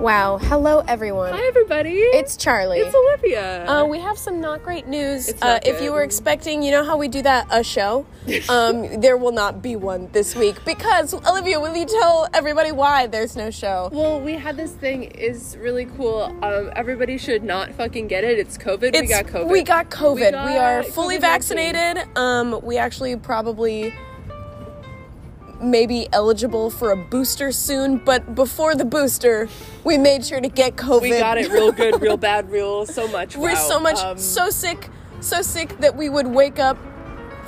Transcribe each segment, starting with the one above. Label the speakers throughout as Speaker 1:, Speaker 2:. Speaker 1: Wow. Hello, everyone.
Speaker 2: Hi, everybody.
Speaker 1: It's Charlie.
Speaker 2: It's Olivia.
Speaker 1: Uh, we have some not great news.
Speaker 2: It's
Speaker 1: uh,
Speaker 2: not
Speaker 1: if you
Speaker 2: good.
Speaker 1: were expecting, you know how we do that a show. Um, there will not be one this week because Olivia, will you tell everybody why there's no show?
Speaker 2: well, we had this thing is really cool. Um, everybody should not fucking get it. It's COVID. we
Speaker 1: It's-
Speaker 2: got COVID.
Speaker 1: We got COVID. We,
Speaker 2: got
Speaker 1: are fully
Speaker 2: COVID-19.
Speaker 1: vaccinated. Um, we actually probably may be eligible for a booster soon, but before the booster, we made sure to get COVID.
Speaker 2: We got it real good, real bad, real so much.
Speaker 1: We're
Speaker 2: wow.
Speaker 1: so much
Speaker 2: Um,
Speaker 1: so sick, so sick that we would wake up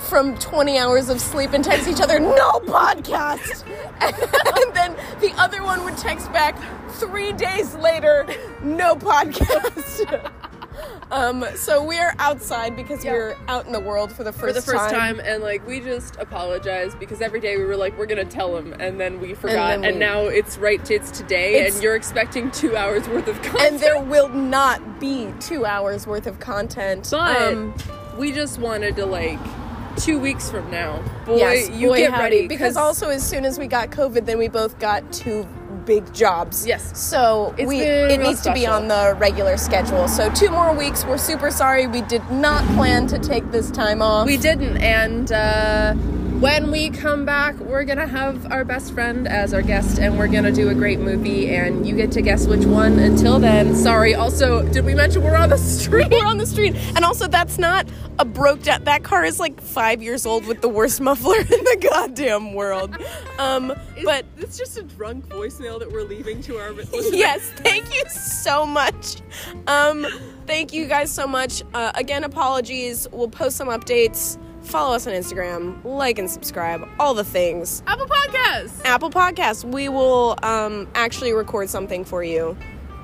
Speaker 1: from 20 hours of sleep and text each other, no podcast! and then the other one would text back three days later, no podcast. um, so we are outside because
Speaker 2: Yeah.
Speaker 1: we're out in the world for the first,
Speaker 2: for the first time. and like we just apologized because every day we were like we're gonna tell them and then we forgot
Speaker 1: then
Speaker 2: and,
Speaker 1: we-
Speaker 2: now it's right it's today
Speaker 1: It's-
Speaker 2: and you're expecting two hours worth of content
Speaker 1: And there will not be two hours worth of content.
Speaker 2: but
Speaker 1: Um,
Speaker 2: we just wanted to like two weeks from now boy
Speaker 1: yes,
Speaker 2: you
Speaker 1: boy,
Speaker 2: get
Speaker 1: howdy.
Speaker 2: ready
Speaker 1: because
Speaker 2: 'cause
Speaker 1: also as soon as we got COVID, then we both got two big jobs.
Speaker 2: Yes.
Speaker 1: So
Speaker 2: It's
Speaker 1: we
Speaker 2: been
Speaker 1: it
Speaker 2: real
Speaker 1: needs to be
Speaker 2: special.
Speaker 1: on the regular schedule. So two more weeks. We're super sorry. We did not plan to take this time off.
Speaker 2: we didn't and uh when we come back we're gonna have our best friend as our guest and we're gonna do a great movie and you get to guess which one until then sorry also did we mention we're on the street
Speaker 1: We're on the street, and also that's not a broke down. That car is like five years old with the worst muffler in the goddamn world. Um, but
Speaker 2: it's just a drunk voicemail that we're leaving to our
Speaker 1: yes, thank you so much. Um, thank you guys so much. Uh, again, apologies. We'll post some updates. Follow us on Instagram, like and subscribe, all the things.
Speaker 2: Apple Podcasts.
Speaker 1: Apple Podcasts, we will um, actually record something for you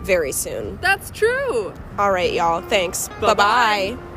Speaker 1: very soon.
Speaker 2: That's true.
Speaker 1: All right, y'all. Thanks. Bye
Speaker 2: Bye-bye.
Speaker 1: bye.